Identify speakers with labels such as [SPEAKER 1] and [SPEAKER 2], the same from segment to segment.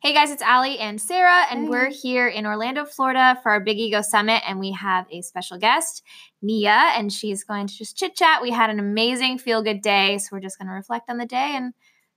[SPEAKER 1] Hey guys, it's Allie and Sarah, and we're here in Orlando, Florida for our Big Ego Summit, and we have a special guest, Nia, and she's going to just chit chat. We had an amazing feel good day, so we're just going to reflect on the day and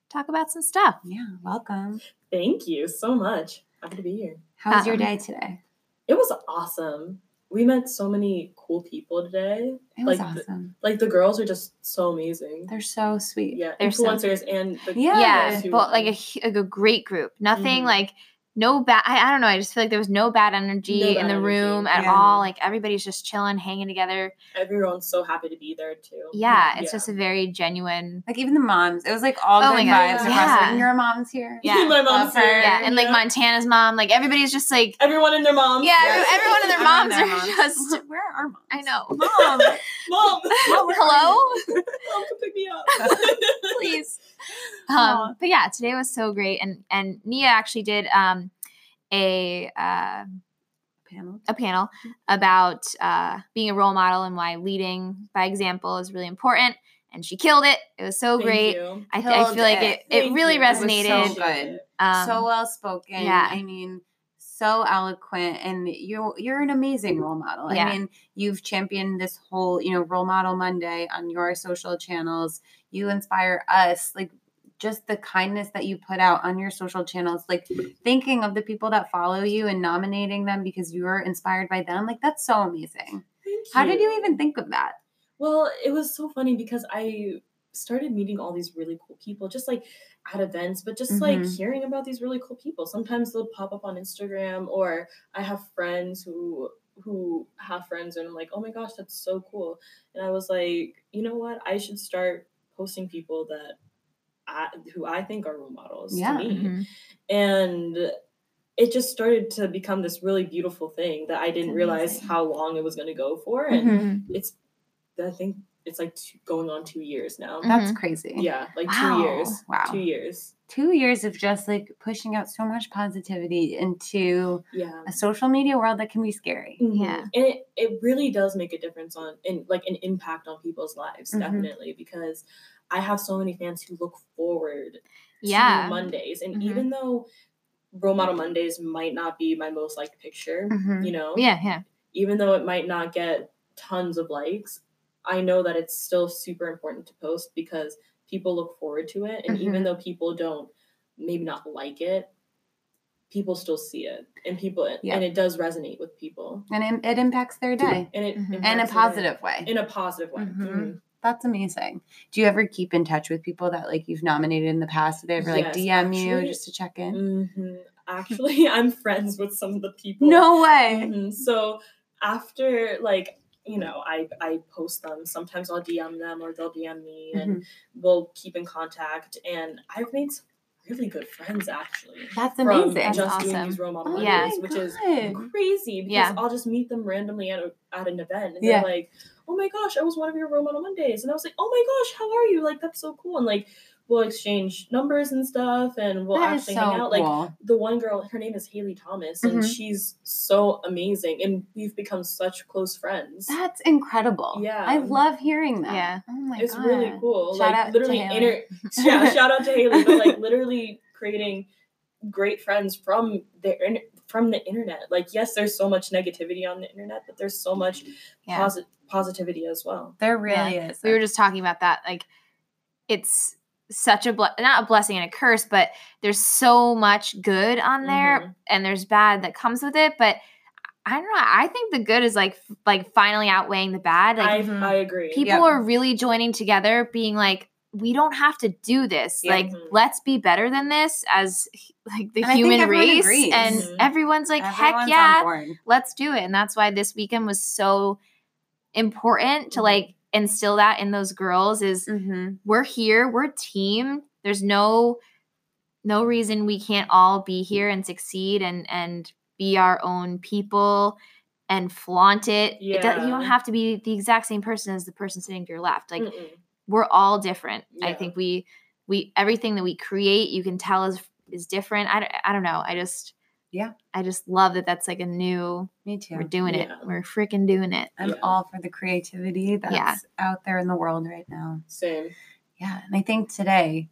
[SPEAKER 1] talk about some stuff.
[SPEAKER 2] Yeah, welcome.
[SPEAKER 3] Thank you so much. Happy to be here.
[SPEAKER 2] How was your
[SPEAKER 1] Um,
[SPEAKER 2] day today?
[SPEAKER 3] It was awesome. We met so many cool people today.
[SPEAKER 2] It was
[SPEAKER 3] like the-
[SPEAKER 2] awesome.
[SPEAKER 3] Like the girls are just so amazing.
[SPEAKER 2] They're so sweet.
[SPEAKER 3] yeah,
[SPEAKER 1] they're so-
[SPEAKER 3] influencers and the
[SPEAKER 2] Yeah,
[SPEAKER 1] yeah,
[SPEAKER 3] who-
[SPEAKER 1] but like a, hu- like a great group. Nothing
[SPEAKER 3] Mhm.
[SPEAKER 1] like no bad. I, I don't know. I just feel like there was no bad energy
[SPEAKER 3] No
[SPEAKER 1] in
[SPEAKER 3] bad
[SPEAKER 1] the
[SPEAKER 3] energy.
[SPEAKER 1] room at
[SPEAKER 2] Yeah.
[SPEAKER 1] all. Like everybody's just chilling, hanging together.
[SPEAKER 3] everyone's so happy to be there too.
[SPEAKER 1] Yeah, it's
[SPEAKER 3] Yeah.
[SPEAKER 1] just a very genuine.
[SPEAKER 2] Like even the moms. It was like all
[SPEAKER 1] Oh
[SPEAKER 2] good
[SPEAKER 1] my
[SPEAKER 2] vibes
[SPEAKER 1] God,
[SPEAKER 2] across.
[SPEAKER 1] yeah.
[SPEAKER 2] Like, your mom's here.
[SPEAKER 1] Yeah.
[SPEAKER 3] my mom's
[SPEAKER 2] Love her.
[SPEAKER 3] here.
[SPEAKER 1] Yeah, and like
[SPEAKER 3] Yeah.
[SPEAKER 1] Montana's mom, like everybody's just like
[SPEAKER 3] Everyone and their mom.
[SPEAKER 1] Yeah, every-
[SPEAKER 2] Yes.
[SPEAKER 1] everyone and their
[SPEAKER 2] Everyone and
[SPEAKER 1] moms are just-
[SPEAKER 2] Where are our moms?
[SPEAKER 1] I know.
[SPEAKER 2] Mom.
[SPEAKER 3] Mom,
[SPEAKER 2] Mom, where are you?
[SPEAKER 1] Hello?
[SPEAKER 3] mom, come pick me up.
[SPEAKER 1] please.
[SPEAKER 2] Aw.
[SPEAKER 1] Um, but yeah, today was so great, and and Nia actually did um, a uh,
[SPEAKER 2] Pamela.
[SPEAKER 1] a panel about uh, being a role model and why leading by example is really important, and she killed it. It was so
[SPEAKER 3] Thank
[SPEAKER 1] great.
[SPEAKER 3] you.
[SPEAKER 1] I, th- I
[SPEAKER 2] Killed
[SPEAKER 1] feel like
[SPEAKER 2] it.
[SPEAKER 1] it, it,
[SPEAKER 3] Thank
[SPEAKER 1] really
[SPEAKER 3] you. It was so
[SPEAKER 1] resonated.
[SPEAKER 2] so good.
[SPEAKER 1] um,
[SPEAKER 2] so well spoken.
[SPEAKER 1] yeah.
[SPEAKER 2] I mean, so eloquent and you're you're an amazing role model.
[SPEAKER 1] Yeah.
[SPEAKER 2] I mean, you've championed this whole, you know, role model Monday on your social channels. You inspire us. Like just the kindness that you put out on your social channels, like thinking of the people that follow you and nominating them because you were inspired by them. Like that's so amazing.
[SPEAKER 3] Thank
[SPEAKER 2] How did you even think of that?
[SPEAKER 3] Well, it was so funny because I started meeting all these really cool people, just like at events, but just like
[SPEAKER 2] Mhm.
[SPEAKER 3] hearing about these really cool people. Sometimes they'll pop up on Instagram, or I have friends who who have friends, and I'm like, oh my gosh, that's so cool. And I was like, you know what? I should start posting people that I who I think are role models
[SPEAKER 2] Yeah. mm-hmm.
[SPEAKER 3] to me
[SPEAKER 1] mhm.
[SPEAKER 3] and it just started to become this really beautiful thing that I didn't realize
[SPEAKER 2] amazing.
[SPEAKER 3] how long it was going to go for, and
[SPEAKER 1] Mhm.
[SPEAKER 3] it's I think it's like two, going on two years now.
[SPEAKER 1] Mhm.
[SPEAKER 2] That's crazy.
[SPEAKER 3] Yeah, like
[SPEAKER 1] Wow.
[SPEAKER 3] two years.
[SPEAKER 2] Wow.
[SPEAKER 3] Two years.
[SPEAKER 2] Two years of just like pushing out so much positivity into
[SPEAKER 3] Yeah.
[SPEAKER 2] a social media world that can be scary.
[SPEAKER 1] Yeah.
[SPEAKER 3] Mhm. And it, it really does make a difference on and like an impact on people's lives,
[SPEAKER 1] Mm-hmm.
[SPEAKER 2] Mhm.
[SPEAKER 3] definitely, because I have so many fans who look forward to
[SPEAKER 1] Yeah.
[SPEAKER 3] Mondays. And
[SPEAKER 1] Mhm.
[SPEAKER 3] even though role model Mondays might not be my most liked picture,
[SPEAKER 1] Mm-hmm.
[SPEAKER 3] you know,
[SPEAKER 1] Yeah. Yeah.
[SPEAKER 3] even though it might not get tons of likes, I know that it's still super important to post because people look forward to it. And even
[SPEAKER 2] Mm-hmm.
[SPEAKER 1] Mhm.
[SPEAKER 3] though people don't maybe not like it, people still see it and people
[SPEAKER 2] Yeah.
[SPEAKER 3] and it does resonate with people.
[SPEAKER 2] And it, it impacts their day
[SPEAKER 3] And it
[SPEAKER 1] Mhm. In a
[SPEAKER 2] in Mm-hmm. a
[SPEAKER 3] impacts their day.
[SPEAKER 2] positive way.
[SPEAKER 3] in a positive way.
[SPEAKER 2] Mhm.
[SPEAKER 3] Mhm.
[SPEAKER 2] That's amazing. Do you ever keep in touch with people that like you've nominated in the past? Do they ever like
[SPEAKER 3] Yes,
[SPEAKER 2] DM you
[SPEAKER 3] actually-
[SPEAKER 2] just to check in?
[SPEAKER 3] Mhm. Actually, I'm friends with some of the people.
[SPEAKER 2] No way.
[SPEAKER 3] Mhm. So after like you know, I I post them. Sometimes I'll DM them or they'll DM me, and
[SPEAKER 2] Mhm.
[SPEAKER 3] we'll keep in contact. And I've made some really good friends actually
[SPEAKER 2] That's
[SPEAKER 3] from
[SPEAKER 2] amazing.
[SPEAKER 1] That's
[SPEAKER 3] just doing
[SPEAKER 1] awesome.
[SPEAKER 3] these role model
[SPEAKER 2] Oh
[SPEAKER 1] Yeah.
[SPEAKER 3] Mondays,
[SPEAKER 2] my
[SPEAKER 3] which is
[SPEAKER 2] God.
[SPEAKER 3] crazy because
[SPEAKER 1] Yeah.
[SPEAKER 3] I'll just meet them randomly at a, at an event, and
[SPEAKER 2] Yeah.
[SPEAKER 3] they're like, "Oh my gosh, I was one of your role model Mondays," and I was like, "Oh my gosh, how are you? Like that's so cool!" And like we'll exchange numbers and stuff, and we'll
[SPEAKER 2] That is
[SPEAKER 3] actually
[SPEAKER 2] so
[SPEAKER 3] hang out. Like
[SPEAKER 2] cool.
[SPEAKER 3] the one girl, her name is Haley Thomas, and
[SPEAKER 2] Mhm.
[SPEAKER 3] she's so amazing, and we've become such close friends.
[SPEAKER 2] That's incredible.
[SPEAKER 3] Yeah.
[SPEAKER 2] I love hearing that.
[SPEAKER 1] Yeah.
[SPEAKER 2] Oh my
[SPEAKER 3] it's
[SPEAKER 2] god.
[SPEAKER 3] really cool.
[SPEAKER 2] Shout
[SPEAKER 3] like
[SPEAKER 2] out to
[SPEAKER 3] literally,
[SPEAKER 2] Haley.
[SPEAKER 3] inter- yeah, shout out to Haley, but like literally creating great friends from the in- from the internet. Like, yes, there's so much negativity on the internet, but there's so much
[SPEAKER 1] Yeah.
[SPEAKER 3] posi- positivity as well.
[SPEAKER 2] There really is.
[SPEAKER 1] we were just talking about that like it's such a ble- not a blessing and a curse but there's so much good on there
[SPEAKER 2] Mm-hmm.
[SPEAKER 3] Mhm.
[SPEAKER 1] and there's bad that comes with it but i don't know i think the good is like f- like finally outweighing the bad like
[SPEAKER 3] I
[SPEAKER 2] Mhm.
[SPEAKER 3] I agree.
[SPEAKER 1] people
[SPEAKER 2] Yep.
[SPEAKER 1] are really joining together being like we don't have to do this
[SPEAKER 2] Yeah. mm-hmm.
[SPEAKER 1] like
[SPEAKER 3] Mhm.
[SPEAKER 1] let's be better than this as h- like the
[SPEAKER 2] And I think
[SPEAKER 1] human
[SPEAKER 2] everyone
[SPEAKER 1] race
[SPEAKER 2] agrees. Mm-hmm.
[SPEAKER 1] and
[SPEAKER 3] Mhm.
[SPEAKER 1] everyone's like
[SPEAKER 2] Everyone's
[SPEAKER 1] heck yeah
[SPEAKER 2] On board.
[SPEAKER 1] let's do it and that's why this weekend was so important to
[SPEAKER 3] Mhm.
[SPEAKER 1] like instill that in those girls is
[SPEAKER 3] Mm-hmm.
[SPEAKER 2] Mhm.
[SPEAKER 1] we're here we're a team there's no no reason we can't all be here and succeed and and be our own people and flaunt it, it does, you don't
[SPEAKER 3] Yeah.
[SPEAKER 1] have to be the exact same person as the person sitting to your left like
[SPEAKER 3] Mm-mm.
[SPEAKER 1] we're all different i
[SPEAKER 3] Yeah.
[SPEAKER 1] think we we everything that we create you can tell is is different i don't, I don't know i just
[SPEAKER 2] Yeah.
[SPEAKER 1] i just love that that's like a new
[SPEAKER 2] Me too.
[SPEAKER 1] we're doing it
[SPEAKER 3] Yeah.
[SPEAKER 1] we're freaking doing it
[SPEAKER 2] I'm
[SPEAKER 3] Yeah.
[SPEAKER 2] all for the creativity that's out there in the world right now.
[SPEAKER 3] Same.
[SPEAKER 2] Yeah, and I think today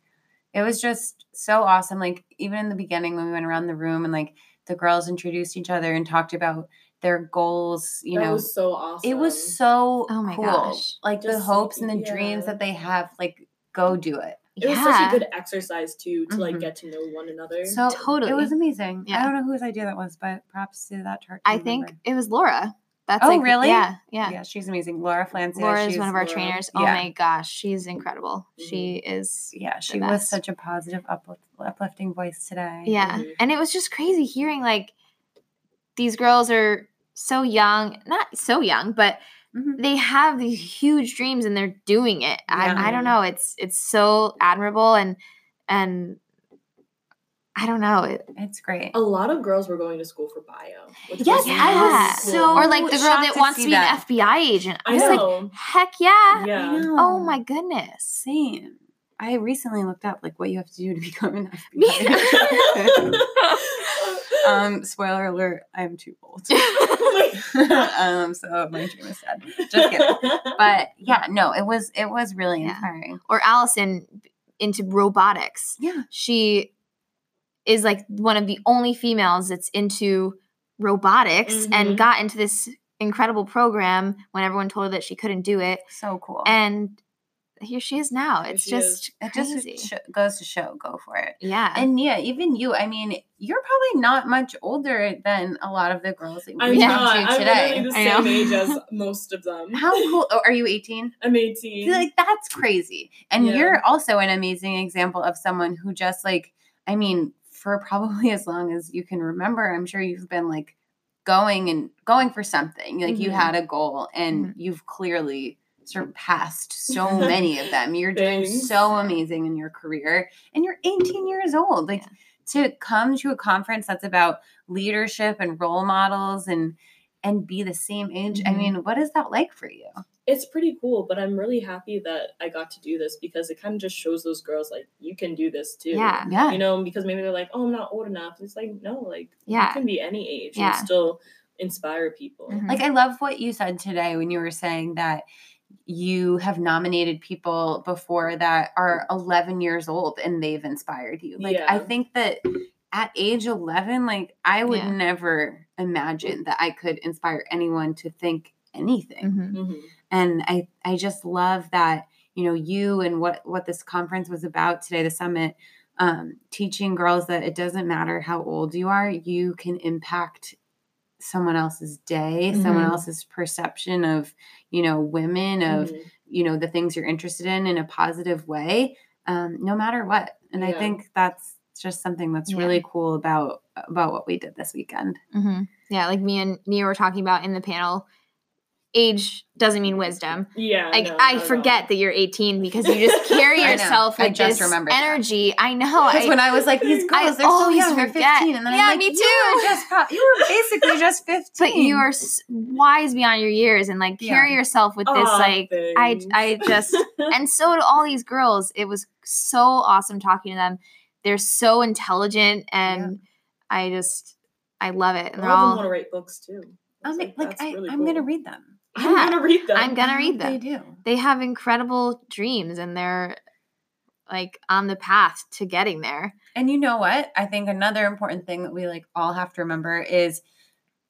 [SPEAKER 2] it was just so awesome. Like even in the beginning when we went around the room and like the girls introduced each other and talked about their goals, you
[SPEAKER 3] that
[SPEAKER 2] know.
[SPEAKER 3] was so awesome.
[SPEAKER 2] It was so
[SPEAKER 1] Oh my
[SPEAKER 2] cool.
[SPEAKER 1] gosh.
[SPEAKER 2] Like the
[SPEAKER 3] Just,
[SPEAKER 2] hopes and the
[SPEAKER 3] yeah.
[SPEAKER 2] dreams that they have, like go do it.
[SPEAKER 3] It was such a good exercise too to like
[SPEAKER 2] Mhm.
[SPEAKER 3] get to know one another.
[SPEAKER 2] So
[SPEAKER 1] Totally.
[SPEAKER 2] it was amazing. I
[SPEAKER 1] Yeah.
[SPEAKER 2] don't know whose idea that was, but props to that chart.
[SPEAKER 1] I think it was Laura. That's
[SPEAKER 2] Oh,
[SPEAKER 1] like,
[SPEAKER 2] really?
[SPEAKER 1] Yeah,
[SPEAKER 2] yeah.
[SPEAKER 1] yeah.
[SPEAKER 2] she's amazing. Laura Flancia.
[SPEAKER 1] Laura is
[SPEAKER 2] she's-
[SPEAKER 1] one of our
[SPEAKER 3] Laura. Mm-hmm.
[SPEAKER 1] trainers. Oh
[SPEAKER 2] Yeah.
[SPEAKER 1] my gosh, she's incredible. She is.
[SPEAKER 2] Yeah, she was
[SPEAKER 1] best.
[SPEAKER 2] such a positive, uplift, uplifting voice today.
[SPEAKER 1] Yeah,
[SPEAKER 3] Mhm.
[SPEAKER 1] and it was just crazy hearing like these girls are so young, not so young, but
[SPEAKER 3] Mm-hmm.
[SPEAKER 2] Mhm.
[SPEAKER 1] they have these huge dreams and they're doing it.
[SPEAKER 2] Yeah.
[SPEAKER 1] I, I don't know. It's it's so admirable and and I don't know. It,
[SPEAKER 2] It's great.
[SPEAKER 3] a lot of girls were going to school for bio. Which
[SPEAKER 1] yes,
[SPEAKER 3] was
[SPEAKER 1] I
[SPEAKER 3] really
[SPEAKER 1] was
[SPEAKER 2] was
[SPEAKER 3] cool.
[SPEAKER 1] so or like the girl
[SPEAKER 2] shocked
[SPEAKER 1] that
[SPEAKER 2] to
[SPEAKER 1] wants
[SPEAKER 2] see
[SPEAKER 1] to be
[SPEAKER 2] that.
[SPEAKER 1] an FBI agent. I
[SPEAKER 3] I
[SPEAKER 1] was like,
[SPEAKER 3] know.
[SPEAKER 1] heck yeah.
[SPEAKER 2] I
[SPEAKER 3] yeah.
[SPEAKER 2] know.
[SPEAKER 1] Oh my goodness.
[SPEAKER 2] Same. I recently looked up like what you have to do to become an FBI.
[SPEAKER 1] Me
[SPEAKER 2] um, spoiler alert, I'm too old.
[SPEAKER 3] Oh
[SPEAKER 2] um, so my dream is dead. Just kidding. But yeah, no, it was it was really
[SPEAKER 1] Yeah.
[SPEAKER 2] inspiring.
[SPEAKER 1] or Allison into robotics.
[SPEAKER 2] Yeah.
[SPEAKER 1] She is like one of the only females that's into robotics
[SPEAKER 3] Mhm.
[SPEAKER 1] and got into this incredible program when everyone told her that she couldn't do it.
[SPEAKER 2] So cool.
[SPEAKER 1] And here she is now.
[SPEAKER 3] Here
[SPEAKER 1] It's
[SPEAKER 3] she is.
[SPEAKER 1] just
[SPEAKER 2] it just
[SPEAKER 1] crazy.
[SPEAKER 2] sho- goes to show, go for it.
[SPEAKER 1] yeah.
[SPEAKER 2] And Nia, even you, I mean, you're probably not much older than a lot of the girls that
[SPEAKER 3] I'm
[SPEAKER 2] we
[SPEAKER 3] not.
[SPEAKER 2] talked to
[SPEAKER 3] I'm literally
[SPEAKER 2] today.
[SPEAKER 3] the
[SPEAKER 1] I know.
[SPEAKER 3] same age as most of them.
[SPEAKER 2] How cool oh, are you 18?
[SPEAKER 3] I'm 18.
[SPEAKER 2] Like that's crazy. And
[SPEAKER 3] Yeah.
[SPEAKER 2] you're also an amazing example of someone who just like, I mean, for probably as long as you can remember, I'm sure you've been like going and going for something. Like you
[SPEAKER 3] Mhm.
[SPEAKER 2] had a goal and
[SPEAKER 3] Mm-hmm.
[SPEAKER 2] you've clearly surpassed so many of them. You're doing
[SPEAKER 3] Thanks.
[SPEAKER 2] so amazing in your career and you're 18 years old. Like to come to a conference that's about leadership and role models and and be the same age. I
[SPEAKER 3] Mm-hmm.
[SPEAKER 1] Mhm.
[SPEAKER 2] mean, what is that like for you?
[SPEAKER 3] it's pretty cool, but I'm really happy that I got to do this because it kind of just shows those girls like you can do this too.
[SPEAKER 1] yeah.
[SPEAKER 2] Yeah.
[SPEAKER 3] You know, because maybe they're like, oh, I'm not old enough. It's like, no, like you
[SPEAKER 1] Yeah.
[SPEAKER 3] can be any age
[SPEAKER 1] Yeah.
[SPEAKER 3] and still inspire people.
[SPEAKER 1] Mhm.
[SPEAKER 2] Like I love what you said today when you were saying that you have nominated people before that are 11 years old and they've inspired you. Like I
[SPEAKER 3] Yeah.
[SPEAKER 2] think that at age 11 like I would
[SPEAKER 1] Yeah.
[SPEAKER 2] never imagine that I could inspire anyone to think anything.
[SPEAKER 1] Mhm.
[SPEAKER 3] Mhm.
[SPEAKER 2] And I I just love that you know you and what what this conference was about today the summit um, teaching girls that it doesn't matter how old you are, you can impact someone else's day, someone
[SPEAKER 1] Mhm.
[SPEAKER 2] else's perception of, you know, women, of,
[SPEAKER 1] Mm-hmm.
[SPEAKER 3] Mhm.
[SPEAKER 2] you know, the things you're interested in in a positive way, um, no matter what. And I
[SPEAKER 3] Yeah.
[SPEAKER 2] think that's just something that's
[SPEAKER 1] Yeah.
[SPEAKER 2] really cool about about what we did this weekend.
[SPEAKER 1] Mhm. Yeah. Like me and Nia were talking about in the panel, age doesn't mean wisdom.
[SPEAKER 3] Yeah.
[SPEAKER 1] Like
[SPEAKER 3] no,
[SPEAKER 1] I
[SPEAKER 3] not at
[SPEAKER 1] forget
[SPEAKER 3] all.
[SPEAKER 1] that you're 18 because you just carry
[SPEAKER 2] I know.
[SPEAKER 1] yourself
[SPEAKER 2] I
[SPEAKER 1] with
[SPEAKER 2] just
[SPEAKER 1] this
[SPEAKER 2] remembered that.
[SPEAKER 1] energy. I know.
[SPEAKER 2] Because
[SPEAKER 1] Oh, I,
[SPEAKER 2] when I was like, these
[SPEAKER 1] I
[SPEAKER 2] girls, they're so
[SPEAKER 1] always
[SPEAKER 2] young, they're
[SPEAKER 1] forget.
[SPEAKER 2] 15. And then
[SPEAKER 1] Yeah,
[SPEAKER 2] I'm like,
[SPEAKER 1] me
[SPEAKER 2] You were,
[SPEAKER 1] too.
[SPEAKER 2] just pro- you were basically just 15.
[SPEAKER 1] but you are s- wise beyond your years and like carry
[SPEAKER 2] Yeah.
[SPEAKER 1] yourself with this
[SPEAKER 3] Aw,
[SPEAKER 1] like I I
[SPEAKER 3] thanks.
[SPEAKER 1] just and so do all these girls. It was so awesome talking to them. They're so intelligent and I just I love it. And
[SPEAKER 3] All
[SPEAKER 1] they're
[SPEAKER 3] of them want
[SPEAKER 1] all
[SPEAKER 3] to write books too.
[SPEAKER 1] Oh,
[SPEAKER 2] I'm like,
[SPEAKER 3] It's that's
[SPEAKER 2] I,
[SPEAKER 3] really
[SPEAKER 2] I'm going to
[SPEAKER 3] cool.
[SPEAKER 2] read them.
[SPEAKER 3] I'm
[SPEAKER 1] Yeah.
[SPEAKER 3] gonna read them.
[SPEAKER 1] I'm gonna
[SPEAKER 2] I
[SPEAKER 1] read
[SPEAKER 2] hope They
[SPEAKER 1] them.
[SPEAKER 2] do.
[SPEAKER 1] They have incredible dreams and they're like on the path to getting there.
[SPEAKER 2] And you know what? I think another important thing that we like all have to remember is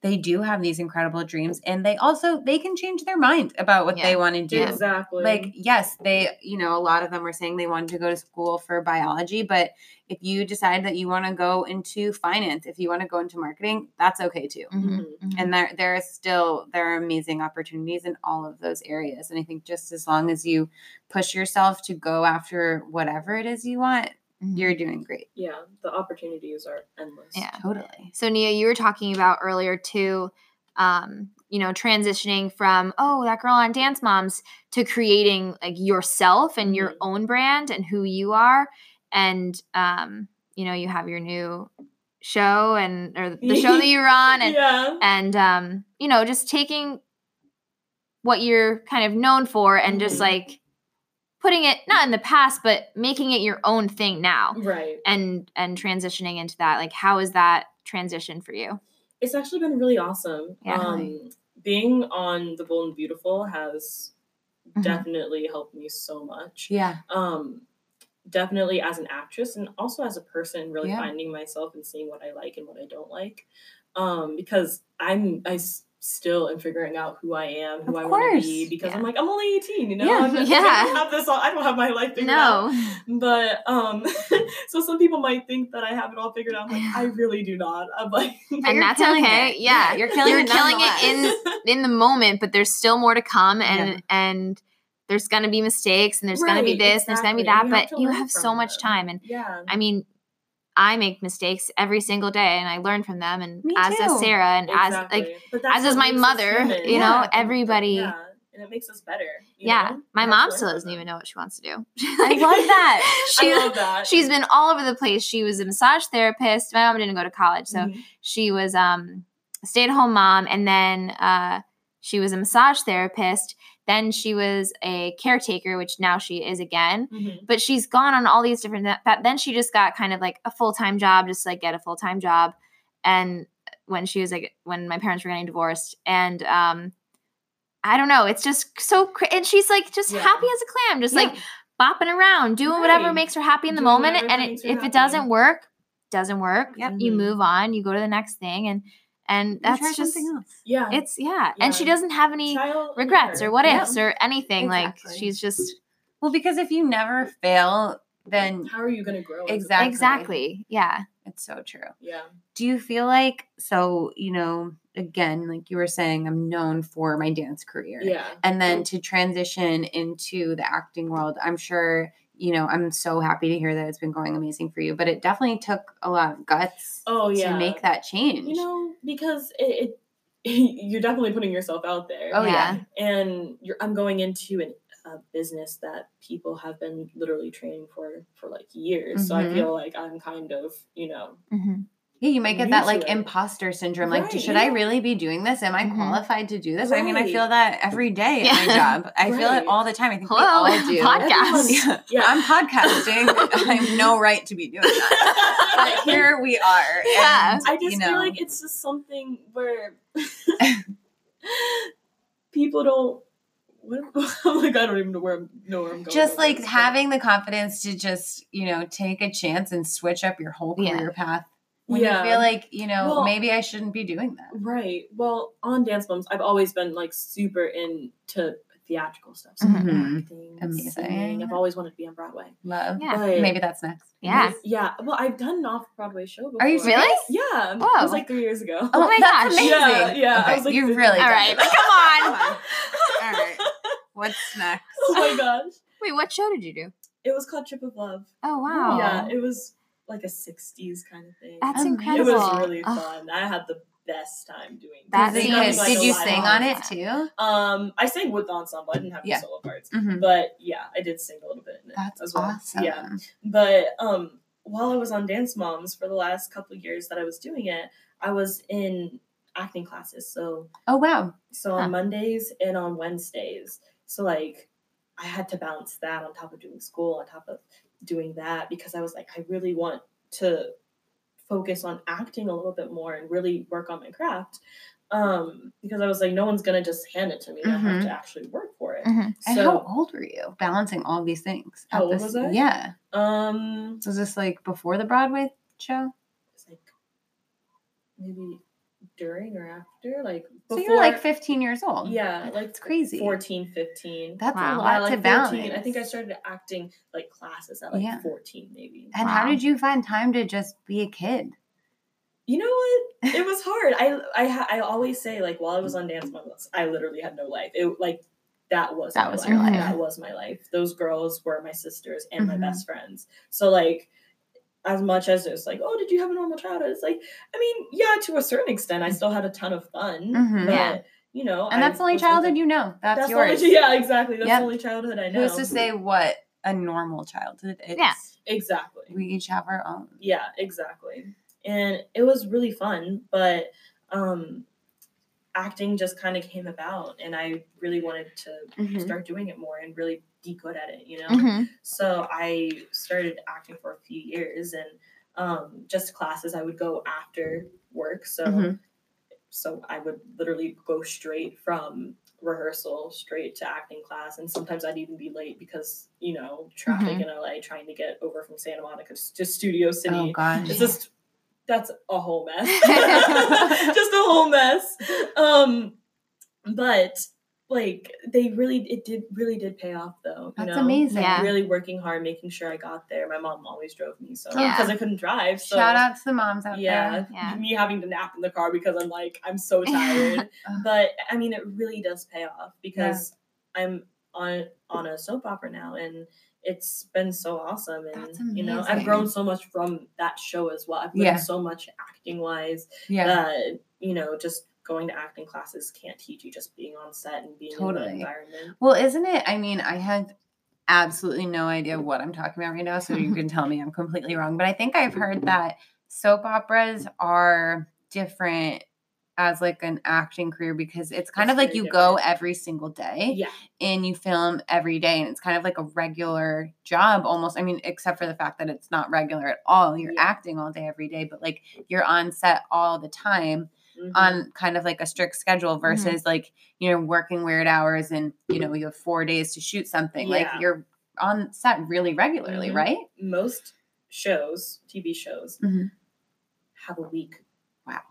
[SPEAKER 2] they do have these incredible dreams and they also they can change their mind about what they
[SPEAKER 1] Yeah.
[SPEAKER 2] want to do.
[SPEAKER 1] Yeah.
[SPEAKER 3] Exactly.
[SPEAKER 2] Like yes, they you know a lot of them were saying they wanted to go to school for biology, but if you decide that you want to go into finance, if you want to go into marketing, that's okay too.
[SPEAKER 1] Mhm,
[SPEAKER 3] Mhm.
[SPEAKER 1] mhm.
[SPEAKER 2] Mm-hmm, And there there is still there are amazing opportunities in all of those areas. And I think just as long as you push yourself to go after whatever it is you want,
[SPEAKER 1] Mhm.
[SPEAKER 2] you're doing great.
[SPEAKER 3] yeah, the opportunities are endless.
[SPEAKER 1] Yeah.
[SPEAKER 2] Totally.
[SPEAKER 1] So Nia, you were talking about earlier too, um, you know, transitioning from oh that girl on Dance Moms to creating like yourself and your
[SPEAKER 3] Mhm.
[SPEAKER 1] own brand and who you are, and um, you know you have your new show and or the show that you were on and
[SPEAKER 3] yeah.
[SPEAKER 1] and um, you know just taking what you're kind of known for and just
[SPEAKER 3] Mhm.
[SPEAKER 1] like putting it not in the past but making it your own thing now
[SPEAKER 3] Right.
[SPEAKER 1] and and transitioning into that like how is that transition for you
[SPEAKER 3] It's actually been really awesome.
[SPEAKER 1] Yeah.
[SPEAKER 3] Um, being on The Bold and Beautiful has
[SPEAKER 1] Mhm.
[SPEAKER 3] definitely helped me so much.
[SPEAKER 2] Yeah.
[SPEAKER 3] Um, definitely as an actress and also as a person really
[SPEAKER 2] Yeah.
[SPEAKER 3] finding myself and seeing what i like and what i don't like um because i'm i s- still am figuring out who i am who
[SPEAKER 2] Of
[SPEAKER 3] i want
[SPEAKER 2] course.
[SPEAKER 3] to be because i'm
[SPEAKER 1] Yeah.
[SPEAKER 3] like i'm only 18 you know
[SPEAKER 2] Yeah.
[SPEAKER 3] I'm not- i
[SPEAKER 1] Yeah.
[SPEAKER 3] don't have this all i don't have my life figured out
[SPEAKER 1] No.
[SPEAKER 3] but um so some people might think that i have it all figured out I'm like i really do not i'm like
[SPEAKER 1] And
[SPEAKER 2] you're
[SPEAKER 1] that's
[SPEAKER 2] killing
[SPEAKER 1] okay.
[SPEAKER 2] it.
[SPEAKER 1] Yeah.
[SPEAKER 2] you're killing
[SPEAKER 1] You're
[SPEAKER 2] it.
[SPEAKER 1] killing it
[SPEAKER 2] nonetheless.
[SPEAKER 1] in in the moment, but there's still more to come and and there's gonna be mistakes and there's gonna be
[SPEAKER 3] Right,
[SPEAKER 1] this and there's gonna be that,
[SPEAKER 3] exactly. You have
[SPEAKER 1] but
[SPEAKER 3] to
[SPEAKER 1] you
[SPEAKER 3] learn
[SPEAKER 1] have so
[SPEAKER 3] from
[SPEAKER 1] much
[SPEAKER 3] them.
[SPEAKER 1] time and
[SPEAKER 3] yeah
[SPEAKER 1] I mean, I make mistakes every single day, and I learn from them. And
[SPEAKER 2] Me
[SPEAKER 1] as does
[SPEAKER 2] too.
[SPEAKER 1] Sarah, and as like
[SPEAKER 3] Exactly. But that's
[SPEAKER 1] as
[SPEAKER 3] what
[SPEAKER 1] is my
[SPEAKER 3] makes us
[SPEAKER 1] mother,
[SPEAKER 3] human.
[SPEAKER 1] you
[SPEAKER 2] know,
[SPEAKER 3] but-
[SPEAKER 1] everybody-
[SPEAKER 3] yeah, and it makes us better. you
[SPEAKER 1] yeah,
[SPEAKER 3] know?
[SPEAKER 1] my
[SPEAKER 3] That's
[SPEAKER 1] mom
[SPEAKER 3] what I
[SPEAKER 1] still
[SPEAKER 3] love
[SPEAKER 1] doesn't
[SPEAKER 3] about
[SPEAKER 1] even
[SPEAKER 3] it.
[SPEAKER 1] know what she wants to do.
[SPEAKER 2] I
[SPEAKER 1] like
[SPEAKER 2] love that.
[SPEAKER 1] she
[SPEAKER 3] I love that.
[SPEAKER 1] she's been all over the place. She was a massage therapist. My mom didn't go to college, so
[SPEAKER 2] Mm-hmm.
[SPEAKER 3] Mhm.
[SPEAKER 1] she was um a stay-at-home mom and then uh she was a massage therapist then she was a caretaker which now she is again
[SPEAKER 3] Mhm.
[SPEAKER 1] but she's gone on all these different that, but then she just got kind of like a full-time job just to, like get a full-time job and when she was like when my parents were getting divorced and um i don't know it's just so cra- and she's like just
[SPEAKER 3] Yeah.
[SPEAKER 1] happy as a clam just like
[SPEAKER 2] Yeah.
[SPEAKER 1] bopping around doing whatever
[SPEAKER 3] Right.
[SPEAKER 1] makes her happy in the
[SPEAKER 3] Doing
[SPEAKER 1] moment
[SPEAKER 3] whatever
[SPEAKER 1] and it,
[SPEAKER 3] makes her
[SPEAKER 1] if
[SPEAKER 3] happy.
[SPEAKER 1] it doesn't work doesn't work
[SPEAKER 2] Yep. Mm-hmm.
[SPEAKER 1] you
[SPEAKER 3] Mhm.
[SPEAKER 1] move on you go to the next thing and and
[SPEAKER 2] And
[SPEAKER 1] that's
[SPEAKER 2] try
[SPEAKER 1] just
[SPEAKER 2] something else.
[SPEAKER 3] Yeah.
[SPEAKER 1] it's yeah. and she
[SPEAKER 3] Yeah.
[SPEAKER 1] doesn't have any
[SPEAKER 3] Child
[SPEAKER 1] regrets
[SPEAKER 3] labor.
[SPEAKER 1] or what
[SPEAKER 2] Yeah.
[SPEAKER 1] ifs or anything like
[SPEAKER 2] Exactly.
[SPEAKER 1] she's just
[SPEAKER 2] Well, because if you never fail, then
[SPEAKER 3] How are you going to grow? as a-
[SPEAKER 2] Exactly.
[SPEAKER 1] exactly yeah
[SPEAKER 2] it's so true.
[SPEAKER 3] Yeah.
[SPEAKER 2] do you feel like so you know again like you were saying i'm known for my dance career
[SPEAKER 3] Yeah.
[SPEAKER 2] and then to transition into the acting world i'm sure you know i'm so happy to hear that it's been going amazing for you but it definitely took a lot of guts
[SPEAKER 3] Oh, yeah.
[SPEAKER 2] to make that change
[SPEAKER 3] You know, because it, it you're definitely putting yourself out there.
[SPEAKER 2] Oh, yeah.
[SPEAKER 3] and you're, I'm going into an, a business that people have been literally training for for like years. So I
[SPEAKER 2] Mhm.
[SPEAKER 3] feel like I'm kind of you know
[SPEAKER 1] Mhm.
[SPEAKER 2] yeah you might get
[SPEAKER 3] new
[SPEAKER 2] that
[SPEAKER 3] to
[SPEAKER 2] like
[SPEAKER 3] it.
[SPEAKER 2] imposter syndrome like
[SPEAKER 3] Right,
[SPEAKER 2] should i
[SPEAKER 3] yeah.
[SPEAKER 2] really be doing this am i
[SPEAKER 1] Mhm.
[SPEAKER 2] qualified to do this i mean i
[SPEAKER 3] Right.
[SPEAKER 2] feel that every day at my
[SPEAKER 1] Yeah.
[SPEAKER 2] job i feel
[SPEAKER 3] Right.
[SPEAKER 2] it all the time i think we
[SPEAKER 1] Hello,
[SPEAKER 2] all do
[SPEAKER 1] podcast.
[SPEAKER 2] Yeah.
[SPEAKER 3] yeah.
[SPEAKER 2] i'm podcasting i have no right to be doing that but here we are.
[SPEAKER 1] Yeah.
[SPEAKER 2] and,
[SPEAKER 3] I just
[SPEAKER 2] you know,
[SPEAKER 3] feel like it's just something where people don't. What, I'm like I don't even know where I'm, know where I'm going.
[SPEAKER 2] just
[SPEAKER 3] with
[SPEAKER 2] like
[SPEAKER 3] this, but-
[SPEAKER 2] having the confidence to just you know take a chance and switch up your whole
[SPEAKER 1] Yeah.
[SPEAKER 2] career path when
[SPEAKER 3] Yeah.
[SPEAKER 2] you feel like you know
[SPEAKER 3] Well-
[SPEAKER 2] maybe I shouldn't be doing that.
[SPEAKER 3] Right. Well, on Dance Moms, I've always been like super into theatrical stuff. So like,
[SPEAKER 2] Mhm.
[SPEAKER 3] acting,
[SPEAKER 2] Amazing.
[SPEAKER 3] singing. I've always wanted to be on Broadway.
[SPEAKER 2] Love.
[SPEAKER 1] Yeah.
[SPEAKER 3] But-
[SPEAKER 2] Maybe that's next.
[SPEAKER 1] yeah
[SPEAKER 3] Yeah. Well, I've done an off Broadway show before.
[SPEAKER 2] Are you
[SPEAKER 1] Really?
[SPEAKER 2] serious?
[SPEAKER 3] Yeah. It
[SPEAKER 1] Whoa.
[SPEAKER 3] was like three years ago.
[SPEAKER 1] Oh my
[SPEAKER 2] that's
[SPEAKER 1] gosh.
[SPEAKER 2] Amazing.
[SPEAKER 3] Yeah, yeah, I
[SPEAKER 2] Okay,
[SPEAKER 3] was like
[SPEAKER 2] you
[SPEAKER 3] thinking-
[SPEAKER 2] really.
[SPEAKER 1] all
[SPEAKER 2] done
[SPEAKER 1] right
[SPEAKER 2] it.
[SPEAKER 1] come on
[SPEAKER 2] All right. What's next?
[SPEAKER 3] oh my gosh.
[SPEAKER 1] wait what show did you do
[SPEAKER 3] It was called Trip of Love.
[SPEAKER 1] oh wow
[SPEAKER 3] Yeah. It was like a 60s kind of thing.
[SPEAKER 1] that's
[SPEAKER 2] Amazing.
[SPEAKER 3] it
[SPEAKER 1] incredible
[SPEAKER 3] was really
[SPEAKER 1] Oh,
[SPEAKER 3] fun. I had the best time doing
[SPEAKER 1] That
[SPEAKER 2] did
[SPEAKER 3] it.
[SPEAKER 2] you,
[SPEAKER 3] That was,
[SPEAKER 1] is-
[SPEAKER 3] like,
[SPEAKER 2] did
[SPEAKER 3] a
[SPEAKER 2] you
[SPEAKER 3] live
[SPEAKER 2] sing on
[SPEAKER 1] album.
[SPEAKER 2] it too?
[SPEAKER 3] Um, I sang with the ensemble. I didn't have
[SPEAKER 2] Yeah.
[SPEAKER 3] any solo parts,
[SPEAKER 1] Mm-hmm.
[SPEAKER 2] Mhm.
[SPEAKER 3] but yeah, I did sing a little bit in it
[SPEAKER 2] That's
[SPEAKER 3] as well.
[SPEAKER 2] awesome.
[SPEAKER 3] Yeah, but um, while I was on Dance Moms for the last couple of years that I was doing it, I was in acting classes. So
[SPEAKER 2] Oh wow.
[SPEAKER 3] so
[SPEAKER 1] Huh.
[SPEAKER 3] on Mondays and on Wednesdays. So like I had to balance that on top of doing school, on top of doing that because I was like I really want to focus on acting a little bit more and really work on my craft. Um because I was like no one's going to just hand it to me. I
[SPEAKER 2] Mhm.
[SPEAKER 3] have to actually work for it.
[SPEAKER 1] mhm.
[SPEAKER 2] And how
[SPEAKER 3] So
[SPEAKER 2] old were you balancing all these things?
[SPEAKER 3] How
[SPEAKER 2] at
[SPEAKER 3] old
[SPEAKER 2] this-
[SPEAKER 3] was I?
[SPEAKER 2] Yeah.
[SPEAKER 3] um
[SPEAKER 2] So is this like before the Broadway show?
[SPEAKER 3] it's like maybe during or after like
[SPEAKER 2] So
[SPEAKER 3] before
[SPEAKER 2] you were like 15 years old.
[SPEAKER 3] yeah, like
[SPEAKER 2] It's crazy.
[SPEAKER 3] 14, 15.
[SPEAKER 2] That's
[SPEAKER 1] Wow.
[SPEAKER 2] a
[SPEAKER 1] Yeah,
[SPEAKER 2] lot
[SPEAKER 3] Yeah,
[SPEAKER 2] to
[SPEAKER 3] like 14.
[SPEAKER 2] balance.
[SPEAKER 3] I think I started acting like classes at like
[SPEAKER 2] Yeah.
[SPEAKER 3] 14, maybe.
[SPEAKER 2] And how
[SPEAKER 1] Wow.
[SPEAKER 2] did you find time to just be a kid?
[SPEAKER 3] You know what? It was hard. I I ha- I always say like while I was on Dance Moms, I literally had no life. It like that was
[SPEAKER 2] That
[SPEAKER 3] my
[SPEAKER 2] was
[SPEAKER 1] your life.
[SPEAKER 3] That was my life. Those girls were my sisters and
[SPEAKER 2] Mhm.
[SPEAKER 3] my best friends. So like as much as it's like, oh, did you have a normal childhood? It's like, I mean, yeah, to a certain extent, I still had a ton of fun.
[SPEAKER 2] Mhm.
[SPEAKER 3] But
[SPEAKER 1] Yeah.
[SPEAKER 3] you know,
[SPEAKER 2] Mm-hmm. And
[SPEAKER 3] I
[SPEAKER 2] that's the only
[SPEAKER 3] was
[SPEAKER 2] childhood
[SPEAKER 3] into-
[SPEAKER 2] you know. That's,
[SPEAKER 3] That's the
[SPEAKER 2] yours.
[SPEAKER 3] only, yeah, exactly. That's
[SPEAKER 2] Yep.
[SPEAKER 3] the only childhood I know.
[SPEAKER 2] Who's to say what a normal childhood is?
[SPEAKER 1] Yeah.
[SPEAKER 3] exactly.
[SPEAKER 2] We each have our own.
[SPEAKER 3] Yeah, exactly. And it was really fun, but um acting just kind of came about and I really wanted to
[SPEAKER 2] Mm-hmm.
[SPEAKER 3] start doing it more and really be good at it, you know?
[SPEAKER 1] Mhm.
[SPEAKER 3] So I started acting for a few years and um just classes I would go after work. So
[SPEAKER 2] Mhm.
[SPEAKER 3] so I would literally go straight from rehearsal straight to acting class and sometimes i'd even be late because you know traffic in la trying to get over from santa monica s- to studio city
[SPEAKER 2] Oh gosh.
[SPEAKER 3] it's just that's a whole mess. just a whole mess. Um but like they really it did really did pay off though. You
[SPEAKER 2] That's
[SPEAKER 3] know?
[SPEAKER 2] amazing.
[SPEAKER 1] Yeah.
[SPEAKER 3] Really working hard, making sure I got there. My mom always drove me, so
[SPEAKER 1] Yeah.
[SPEAKER 3] because I couldn't drive. So
[SPEAKER 2] Shout out to the moms out
[SPEAKER 3] yeah,
[SPEAKER 2] there.
[SPEAKER 1] Yeah.
[SPEAKER 3] me having to nap in the car because I'm like I'm so tired.
[SPEAKER 2] Ugh.
[SPEAKER 3] but I mean, it really does pay off because I'm on on a soap opera now, and it's been so awesome. And
[SPEAKER 2] That's
[SPEAKER 3] you know, I've
[SPEAKER 2] amazing.
[SPEAKER 3] grown so much from that show as well. I've learned
[SPEAKER 2] Yeah.
[SPEAKER 3] so much acting wise
[SPEAKER 2] Yeah.
[SPEAKER 3] that you know, just going to acting classes can't teach you. Just being on set and being
[SPEAKER 2] Totally.
[SPEAKER 3] in the environment.
[SPEAKER 2] Well, isn't it? I mean, I had absolutely no idea what I'm talking about right now, so you can tell me I'm completely wrong. But I think I've heard that soap operas are different as like an acting career because it's kind
[SPEAKER 3] It's
[SPEAKER 2] of like
[SPEAKER 3] very
[SPEAKER 2] you go
[SPEAKER 3] different.
[SPEAKER 2] every single day
[SPEAKER 3] Yeah,
[SPEAKER 2] and you film every day and it's kind of like a regular job almost i mean except for the fact that it's not regular at all you're
[SPEAKER 3] Yeah.
[SPEAKER 2] acting all day every day but like you're on set all the time
[SPEAKER 3] Mhm.
[SPEAKER 2] on kind of like a strict schedule
[SPEAKER 3] Mm-hmm.
[SPEAKER 2] versus like you know working weird hours and you know you have four days to shoot something
[SPEAKER 3] Yeah.
[SPEAKER 2] like you're on set really regularly
[SPEAKER 3] Mhm.
[SPEAKER 2] right
[SPEAKER 3] most shows, TV shows,
[SPEAKER 1] Mm-hmm.
[SPEAKER 2] Mhm.
[SPEAKER 3] have a week.
[SPEAKER 2] Wow.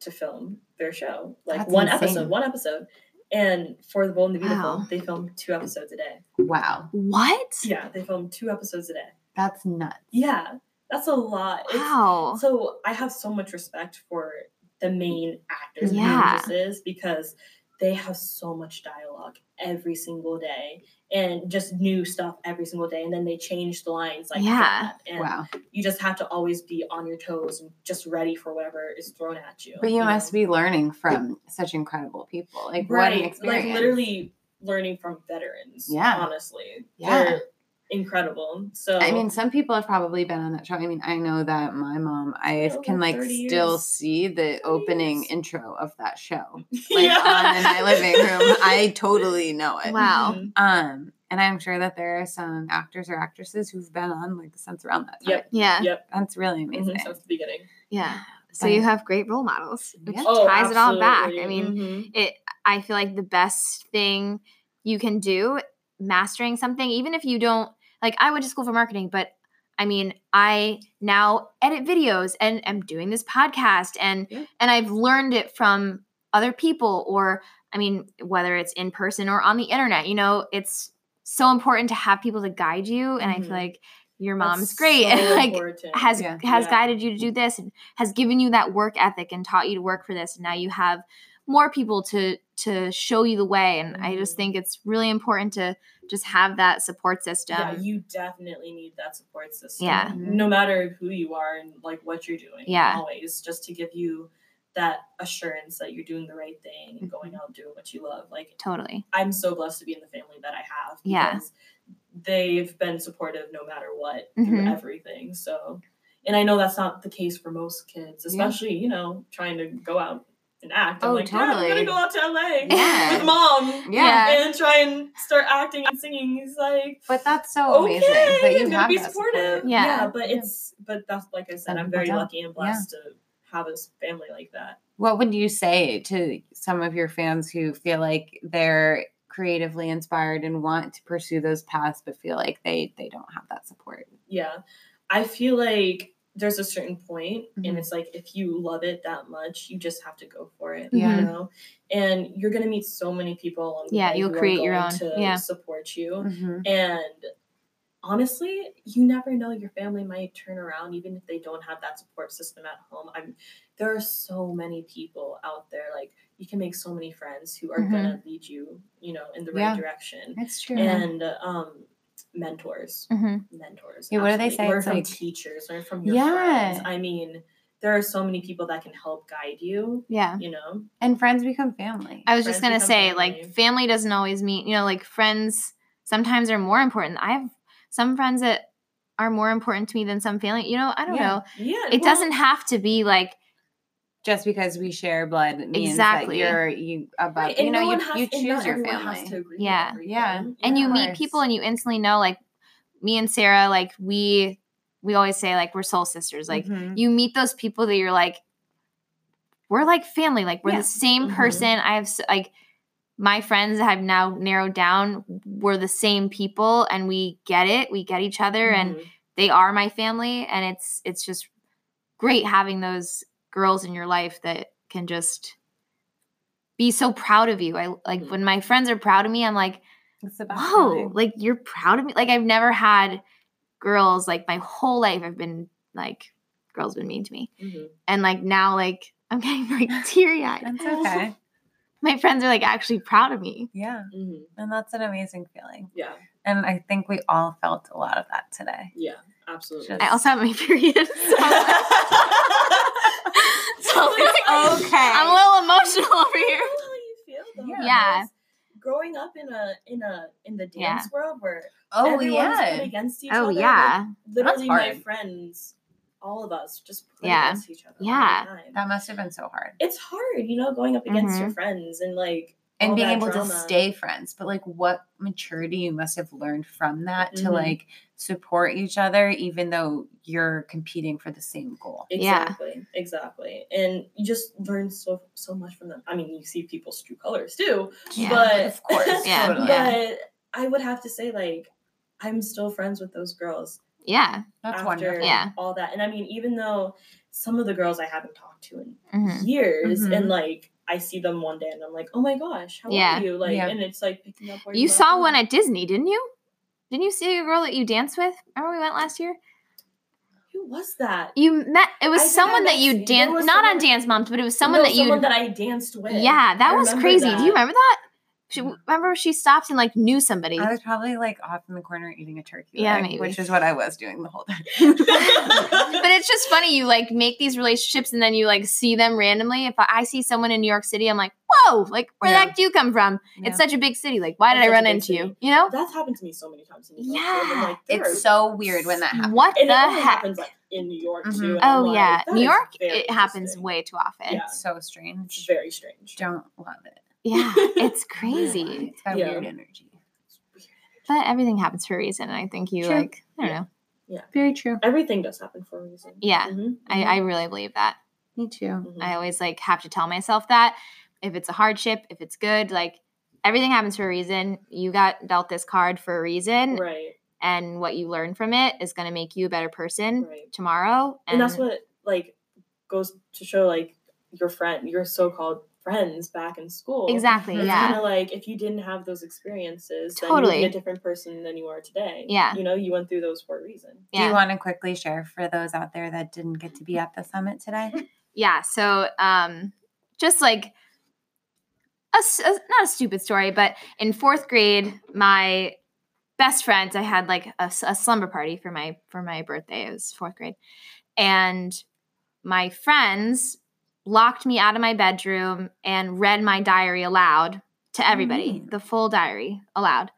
[SPEAKER 3] To film their show, like
[SPEAKER 2] That's
[SPEAKER 3] one
[SPEAKER 2] insane.
[SPEAKER 3] episode, one episode, and for the Bold and the Beautiful,
[SPEAKER 1] Wow.
[SPEAKER 3] they filmed two episodes a day.
[SPEAKER 2] wow
[SPEAKER 1] What?
[SPEAKER 3] Yeah, they filmed two episodes a day.
[SPEAKER 2] that's nuts
[SPEAKER 3] Yeah, that's a lot. It's-
[SPEAKER 1] Wow.
[SPEAKER 3] So I have so much respect for the main actors and
[SPEAKER 1] Yeah.
[SPEAKER 3] actresses because they have so much dialogue every single day and just new stuff every single day, and then they change the lines like
[SPEAKER 1] Yeah.
[SPEAKER 3] that. And
[SPEAKER 2] wow
[SPEAKER 3] you just have to always be on your toes and just ready for whatever is thrown at you.
[SPEAKER 2] but you must be learning from such incredible people like
[SPEAKER 3] right,
[SPEAKER 2] what an experience
[SPEAKER 3] like literally learning from veterans.
[SPEAKER 2] Yeah.
[SPEAKER 3] honestly,
[SPEAKER 2] Yeah.
[SPEAKER 3] they're incredible. So
[SPEAKER 2] I mean, some people have probably been on that show. I mean, I know that my mom, I
[SPEAKER 3] Yeah,
[SPEAKER 2] can
[SPEAKER 3] like
[SPEAKER 2] like
[SPEAKER 3] 30
[SPEAKER 2] still
[SPEAKER 3] years.
[SPEAKER 2] see the
[SPEAKER 3] 30
[SPEAKER 2] opening
[SPEAKER 3] years.
[SPEAKER 2] intro of that show, like on
[SPEAKER 1] Yeah.
[SPEAKER 2] in my living room. I totally know it.
[SPEAKER 1] Wow.
[SPEAKER 3] Mhm.
[SPEAKER 2] Um, and I'm sure that there are some actors or actresses who've been on like since around that time.
[SPEAKER 3] Yep.
[SPEAKER 1] Yeah.
[SPEAKER 3] Yep.
[SPEAKER 2] That's really
[SPEAKER 3] Mhm,
[SPEAKER 2] amazing.
[SPEAKER 3] so it's the beginning. Oh,
[SPEAKER 1] Yeah. So
[SPEAKER 2] But-
[SPEAKER 1] you have great role models, which
[SPEAKER 2] Yeah.
[SPEAKER 1] ties it all back. I
[SPEAKER 3] absolutely.
[SPEAKER 1] mean,
[SPEAKER 3] Mhm.
[SPEAKER 1] it i feel like the best thing you can do mastering something even if you don't like i went to school for marketing but i mean i now edit videos and am doing this podcast and
[SPEAKER 2] Yeah.
[SPEAKER 1] and i've learned it from other people or i mean whether it's in person or on the internet you know it's so important to have people to guide you and i
[SPEAKER 3] Mhm.
[SPEAKER 1] feel like your
[SPEAKER 3] That's
[SPEAKER 1] mom's great
[SPEAKER 3] so
[SPEAKER 1] and like
[SPEAKER 3] important.
[SPEAKER 1] has
[SPEAKER 2] Yeah.
[SPEAKER 1] has
[SPEAKER 3] Yeah.
[SPEAKER 1] guided you to do this and has given you that work ethic and taught you to work for this and now you have more people to to show you the way and i just
[SPEAKER 3] Mhm.
[SPEAKER 1] think it's really important to just have that support system
[SPEAKER 3] yeah, you definitely need that support system.
[SPEAKER 1] Yeah.
[SPEAKER 3] No matter who you are and like what you're doing.
[SPEAKER 1] Yeah.
[SPEAKER 3] Always just to give you that assurance that you're doing the right thing and going out doing what you love. Like
[SPEAKER 1] totally
[SPEAKER 3] I'm so blessed to be in the family that I have.
[SPEAKER 1] Yeah.
[SPEAKER 3] because They've been supportive no matter what through
[SPEAKER 2] Mm-hmm.
[SPEAKER 1] Mhm.
[SPEAKER 3] everything. So and I know that's not the case for most kids, especially, you know, trying to go out and act. I'm
[SPEAKER 1] Oh,
[SPEAKER 3] like, "Dad, I'm
[SPEAKER 1] totally.
[SPEAKER 3] gonna go out to LA.
[SPEAKER 2] Yeah.
[SPEAKER 3] with mom
[SPEAKER 1] Yeah.
[SPEAKER 2] yeah.
[SPEAKER 3] and try and start acting and singing. He's like,
[SPEAKER 2] But that's so
[SPEAKER 3] okay,
[SPEAKER 2] amazing that you
[SPEAKER 3] I'm gonna
[SPEAKER 2] have
[SPEAKER 3] be
[SPEAKER 2] that
[SPEAKER 3] supportive.
[SPEAKER 2] support.
[SPEAKER 1] Yeah.
[SPEAKER 3] but
[SPEAKER 2] Yeah.
[SPEAKER 3] it's but that's like I said,
[SPEAKER 2] Some
[SPEAKER 3] I'm very
[SPEAKER 2] people don't.
[SPEAKER 3] lucky and blessed to have a s- family like that.
[SPEAKER 2] What would you say to some of your fans who feel like they're creatively inspired and want to pursue those paths but feel like they they don't have that support?
[SPEAKER 3] Yeah, I feel like there's a certain point,
[SPEAKER 2] Mhm.
[SPEAKER 1] Mm-hmm.
[SPEAKER 3] and it's like if you love it that much, you just have to go for it.
[SPEAKER 2] Yeah.
[SPEAKER 3] you know, and you're gonna meet so many people. Along the
[SPEAKER 1] Yeah,
[SPEAKER 3] way
[SPEAKER 1] you'll
[SPEAKER 3] who are
[SPEAKER 1] create your
[SPEAKER 3] going
[SPEAKER 1] own.
[SPEAKER 3] to
[SPEAKER 1] Yeah.
[SPEAKER 3] support you.
[SPEAKER 2] Mm-hmm.
[SPEAKER 3] And honestly, you never know your family might turn around even if they don't have that support system at home. I'm there are so many people out there like you can make so many friends who are
[SPEAKER 1] Mhm.
[SPEAKER 3] going to lead you, you know, in the right
[SPEAKER 2] Yeah.
[SPEAKER 3] direction.
[SPEAKER 2] That's true.
[SPEAKER 3] And um mentors,
[SPEAKER 1] hmm
[SPEAKER 3] mentors.
[SPEAKER 2] Yeah, what do they
[SPEAKER 3] absolutely.
[SPEAKER 2] say?
[SPEAKER 3] Learn
[SPEAKER 2] It's
[SPEAKER 3] from
[SPEAKER 2] like-
[SPEAKER 3] teachers, learn from your
[SPEAKER 2] Yeah.
[SPEAKER 3] friends. I mean, there are so many people that can help guide you,
[SPEAKER 1] yeah
[SPEAKER 3] you know.
[SPEAKER 2] and friends become family.
[SPEAKER 1] i was just
[SPEAKER 3] Friends
[SPEAKER 1] gonna
[SPEAKER 3] become
[SPEAKER 1] say
[SPEAKER 3] family.
[SPEAKER 1] like family doesn't always mean you know like friends sometimes are more important i have some friends that are more important to me than some family you know i don't
[SPEAKER 2] Yeah.
[SPEAKER 1] know
[SPEAKER 3] Yeah.
[SPEAKER 1] it
[SPEAKER 3] well,
[SPEAKER 1] doesn't have to be like
[SPEAKER 2] just because we share blood means
[SPEAKER 1] Exactly.
[SPEAKER 2] that you're you above.
[SPEAKER 3] right,
[SPEAKER 2] you
[SPEAKER 3] and
[SPEAKER 2] know,
[SPEAKER 3] no
[SPEAKER 2] you,
[SPEAKER 3] one has-
[SPEAKER 2] you
[SPEAKER 3] and
[SPEAKER 2] choose
[SPEAKER 3] not
[SPEAKER 2] your
[SPEAKER 3] everyone Has to
[SPEAKER 2] family.
[SPEAKER 3] agree with
[SPEAKER 1] Yeah.
[SPEAKER 2] Yeah.
[SPEAKER 3] everything,
[SPEAKER 1] and you
[SPEAKER 3] know?
[SPEAKER 1] meet
[SPEAKER 2] course.
[SPEAKER 1] people and you instantly know like me and sarah like we we always say like we're soul sisters like
[SPEAKER 3] Mm-hmm.
[SPEAKER 2] Mhm.
[SPEAKER 1] you meet those people that you're like we're like family like we're
[SPEAKER 2] Yeah. Mm-hmm.
[SPEAKER 1] the same
[SPEAKER 3] Mhm.
[SPEAKER 1] person i have s- like my friends have now narrowed down we're the same people and we get it we get each other and
[SPEAKER 3] Mhm.
[SPEAKER 2] Mm-hmm.
[SPEAKER 1] they are my family and it's it's just great having those girls in your life that can just be so proud of you i like
[SPEAKER 2] Mm-hmm.
[SPEAKER 3] Mhm.
[SPEAKER 1] when my friends are proud of me i'm like
[SPEAKER 2] It's the best
[SPEAKER 1] whoa
[SPEAKER 2] feeling.
[SPEAKER 1] like you're proud of me like i've never had girls like my whole life i've been like girls been mean to me
[SPEAKER 3] Mhm.
[SPEAKER 1] and like now like i'm getting like teary-eyed
[SPEAKER 2] That's okay.
[SPEAKER 1] my friends are like actually proud of me
[SPEAKER 2] Yeah.
[SPEAKER 3] Mhm.
[SPEAKER 2] And that's an amazing feeling.
[SPEAKER 3] Yeah.
[SPEAKER 2] And I think we all felt a lot of that today.
[SPEAKER 3] Yeah. Absolutely.
[SPEAKER 2] Just-
[SPEAKER 1] i also have my period so, so it's
[SPEAKER 2] okay.
[SPEAKER 1] i'm a little emotional over here
[SPEAKER 3] I feel how you feel though.
[SPEAKER 2] Yeah.
[SPEAKER 1] Yeah.
[SPEAKER 3] because Growing up in a in a in the dance
[SPEAKER 1] Yeah.
[SPEAKER 3] world where
[SPEAKER 2] Oh,
[SPEAKER 3] everyone's
[SPEAKER 2] yeah.
[SPEAKER 3] put against each
[SPEAKER 1] oh
[SPEAKER 3] other. like,
[SPEAKER 1] yeah
[SPEAKER 2] That's
[SPEAKER 3] literally my
[SPEAKER 2] hard.
[SPEAKER 3] friends, all of us just put
[SPEAKER 1] Yeah.
[SPEAKER 3] against each other. all the
[SPEAKER 1] Yeah.
[SPEAKER 3] time.
[SPEAKER 2] That must have been so hard.
[SPEAKER 3] It's hard, you know, going up against your friends and like
[SPEAKER 2] And
[SPEAKER 3] all
[SPEAKER 2] being
[SPEAKER 3] that
[SPEAKER 2] able to
[SPEAKER 3] drama.
[SPEAKER 2] stay friends, but like what maturity you must have learned from that to
[SPEAKER 3] Mhm.
[SPEAKER 2] like support each other, even though you're competing for the same goal.
[SPEAKER 1] Yeah.
[SPEAKER 3] Exactly. Exactly. And you just learn so so much from them. I mean, you see people's true colors too.
[SPEAKER 1] Yeah.
[SPEAKER 3] But
[SPEAKER 2] of course,
[SPEAKER 1] Yeah.
[SPEAKER 2] totally.
[SPEAKER 1] Yeah.
[SPEAKER 3] But I would have to say like I'm still friends with those girls
[SPEAKER 1] yeah
[SPEAKER 2] That's
[SPEAKER 3] after
[SPEAKER 2] wonderful.
[SPEAKER 1] Yeah.
[SPEAKER 3] all that. And I mean, even though some of the girls I haven't talked to in
[SPEAKER 1] Mhm.
[SPEAKER 3] years
[SPEAKER 2] Mhm.
[SPEAKER 3] and like I see them one day and I'm like, oh my gosh, how
[SPEAKER 1] Yeah.
[SPEAKER 3] are you? Like
[SPEAKER 2] Yeah.
[SPEAKER 3] and it's like picking up where
[SPEAKER 1] you
[SPEAKER 3] left
[SPEAKER 1] saw
[SPEAKER 3] off.
[SPEAKER 1] one at disney didn't you didn't you see a girl that you danced with remember we went last year
[SPEAKER 3] Who was that?
[SPEAKER 1] you met it was
[SPEAKER 3] I think I
[SPEAKER 1] someone that
[SPEAKER 3] met
[SPEAKER 1] you
[SPEAKER 3] Steve. There
[SPEAKER 1] danced
[SPEAKER 3] was
[SPEAKER 1] not on
[SPEAKER 3] someone-
[SPEAKER 1] dance moms but it was someone
[SPEAKER 3] No,
[SPEAKER 1] that you
[SPEAKER 3] someone that I danced with.
[SPEAKER 1] yeah that
[SPEAKER 3] I
[SPEAKER 1] was
[SPEAKER 3] remember
[SPEAKER 1] crazy do
[SPEAKER 3] that.
[SPEAKER 1] you remember that she remember she stopped and like knew somebody
[SPEAKER 2] I was probably like off in the corner eating a turkey
[SPEAKER 1] Yeah,
[SPEAKER 2] leg,
[SPEAKER 1] maybe.
[SPEAKER 2] which is what I was doing the whole time.
[SPEAKER 1] but it's just funny you like make these relationships and then you like see them randomly if i, I see someone in new york city i'm like whoa like where the
[SPEAKER 2] Yeah.
[SPEAKER 1] heck do you come from
[SPEAKER 2] Yeah.
[SPEAKER 1] it's such a big city like why did
[SPEAKER 3] It's
[SPEAKER 1] i
[SPEAKER 3] such a
[SPEAKER 1] run
[SPEAKER 3] big
[SPEAKER 1] into you
[SPEAKER 3] city.
[SPEAKER 1] you know
[SPEAKER 3] That's happened to me so many times in New York. and I'm
[SPEAKER 1] Yeah,
[SPEAKER 3] like, there are-
[SPEAKER 2] it's so weird when that happens.
[SPEAKER 1] what
[SPEAKER 3] and
[SPEAKER 1] the
[SPEAKER 3] it only
[SPEAKER 1] heck
[SPEAKER 3] happens like in New York
[SPEAKER 2] Mhm.
[SPEAKER 3] too. and I'm
[SPEAKER 1] oh
[SPEAKER 3] like,
[SPEAKER 1] yeah
[SPEAKER 3] that
[SPEAKER 1] new
[SPEAKER 3] is
[SPEAKER 1] york
[SPEAKER 3] very
[SPEAKER 1] it happens
[SPEAKER 3] interesting.
[SPEAKER 1] way too often
[SPEAKER 3] Yeah.
[SPEAKER 2] It's so
[SPEAKER 3] It's
[SPEAKER 2] strange.
[SPEAKER 3] very strange.
[SPEAKER 2] Don't love it.
[SPEAKER 1] yeah it's crazy
[SPEAKER 2] It's got
[SPEAKER 3] Yeah.
[SPEAKER 2] weird energy.
[SPEAKER 1] but everything happens for a reason and i think you
[SPEAKER 2] True.
[SPEAKER 1] like i don't know
[SPEAKER 2] Very true.
[SPEAKER 3] Everything does happen for a reason.
[SPEAKER 1] Yeah.
[SPEAKER 3] Mhm.
[SPEAKER 1] I, I really believe that.
[SPEAKER 2] Me too.
[SPEAKER 3] Mhm.
[SPEAKER 1] I always like have to tell myself that if it's a hardship, if it's good, like everything happens for a reason. You got dealt this card for a reason,
[SPEAKER 3] right.
[SPEAKER 1] and what you learn from it is going to make you a better person
[SPEAKER 3] Right.
[SPEAKER 1] tomorrow.
[SPEAKER 3] and that's what like goes to show like your friend your so-called friends back in school
[SPEAKER 1] exactly.
[SPEAKER 2] It's
[SPEAKER 3] it's
[SPEAKER 1] Yeah.
[SPEAKER 3] kind of like if you didn't have those experiences then
[SPEAKER 1] Totally.
[SPEAKER 3] you'd be a different person than you are today
[SPEAKER 1] Yeah.
[SPEAKER 3] you know you went through those for a reason
[SPEAKER 2] Do
[SPEAKER 1] Yeah.
[SPEAKER 2] you want to quickly share for those out there that didn't get to be at the summit today? Oh,
[SPEAKER 1] yeah so um just like a, s- a- not a stupid story but in fourth grade my best friends i had like a, s- a slumber party for my for my birthday it was fourth grade and my friends locked me out of my bedroom and read my diary aloud to everybody
[SPEAKER 2] neat.
[SPEAKER 1] the full diary aloud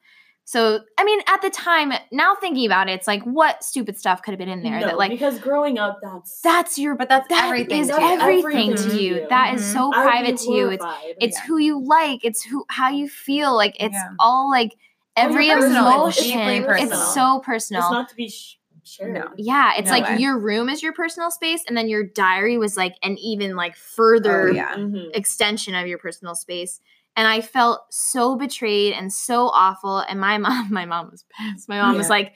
[SPEAKER 1] so i mean at the time now thinking about it it's like what stupid stuff could have been in there
[SPEAKER 3] No,
[SPEAKER 1] that like
[SPEAKER 3] because growing up that's
[SPEAKER 1] that's your
[SPEAKER 2] But that's
[SPEAKER 1] that
[SPEAKER 2] everything
[SPEAKER 1] is
[SPEAKER 2] to you.
[SPEAKER 1] everything
[SPEAKER 2] Everything
[SPEAKER 1] to
[SPEAKER 2] to
[SPEAKER 1] you.
[SPEAKER 3] you.
[SPEAKER 1] That is
[SPEAKER 2] Mhm.
[SPEAKER 1] so
[SPEAKER 3] I would be
[SPEAKER 1] private to you. It's
[SPEAKER 3] horrified.
[SPEAKER 1] it's
[SPEAKER 2] Yeah.
[SPEAKER 1] who you like. It's who how you feel. Like it's
[SPEAKER 2] Yeah.
[SPEAKER 1] all like
[SPEAKER 3] And
[SPEAKER 1] every
[SPEAKER 3] personal.
[SPEAKER 2] It's
[SPEAKER 1] emotion.
[SPEAKER 2] deeply
[SPEAKER 1] It's,
[SPEAKER 2] personal.
[SPEAKER 1] so
[SPEAKER 3] it's
[SPEAKER 1] personal.
[SPEAKER 3] not to be sh- shared
[SPEAKER 2] No.
[SPEAKER 1] yeah, it's
[SPEAKER 2] No
[SPEAKER 1] like
[SPEAKER 2] way.
[SPEAKER 1] your room is your personal space, and then your diary was like an even like further
[SPEAKER 2] Oh, yeah.
[SPEAKER 3] Mhm.
[SPEAKER 1] extension of your personal space. And I felt so betrayed and so awful. And my mom, my mom was pissed. My mom was
[SPEAKER 3] Yeah.
[SPEAKER 1] like,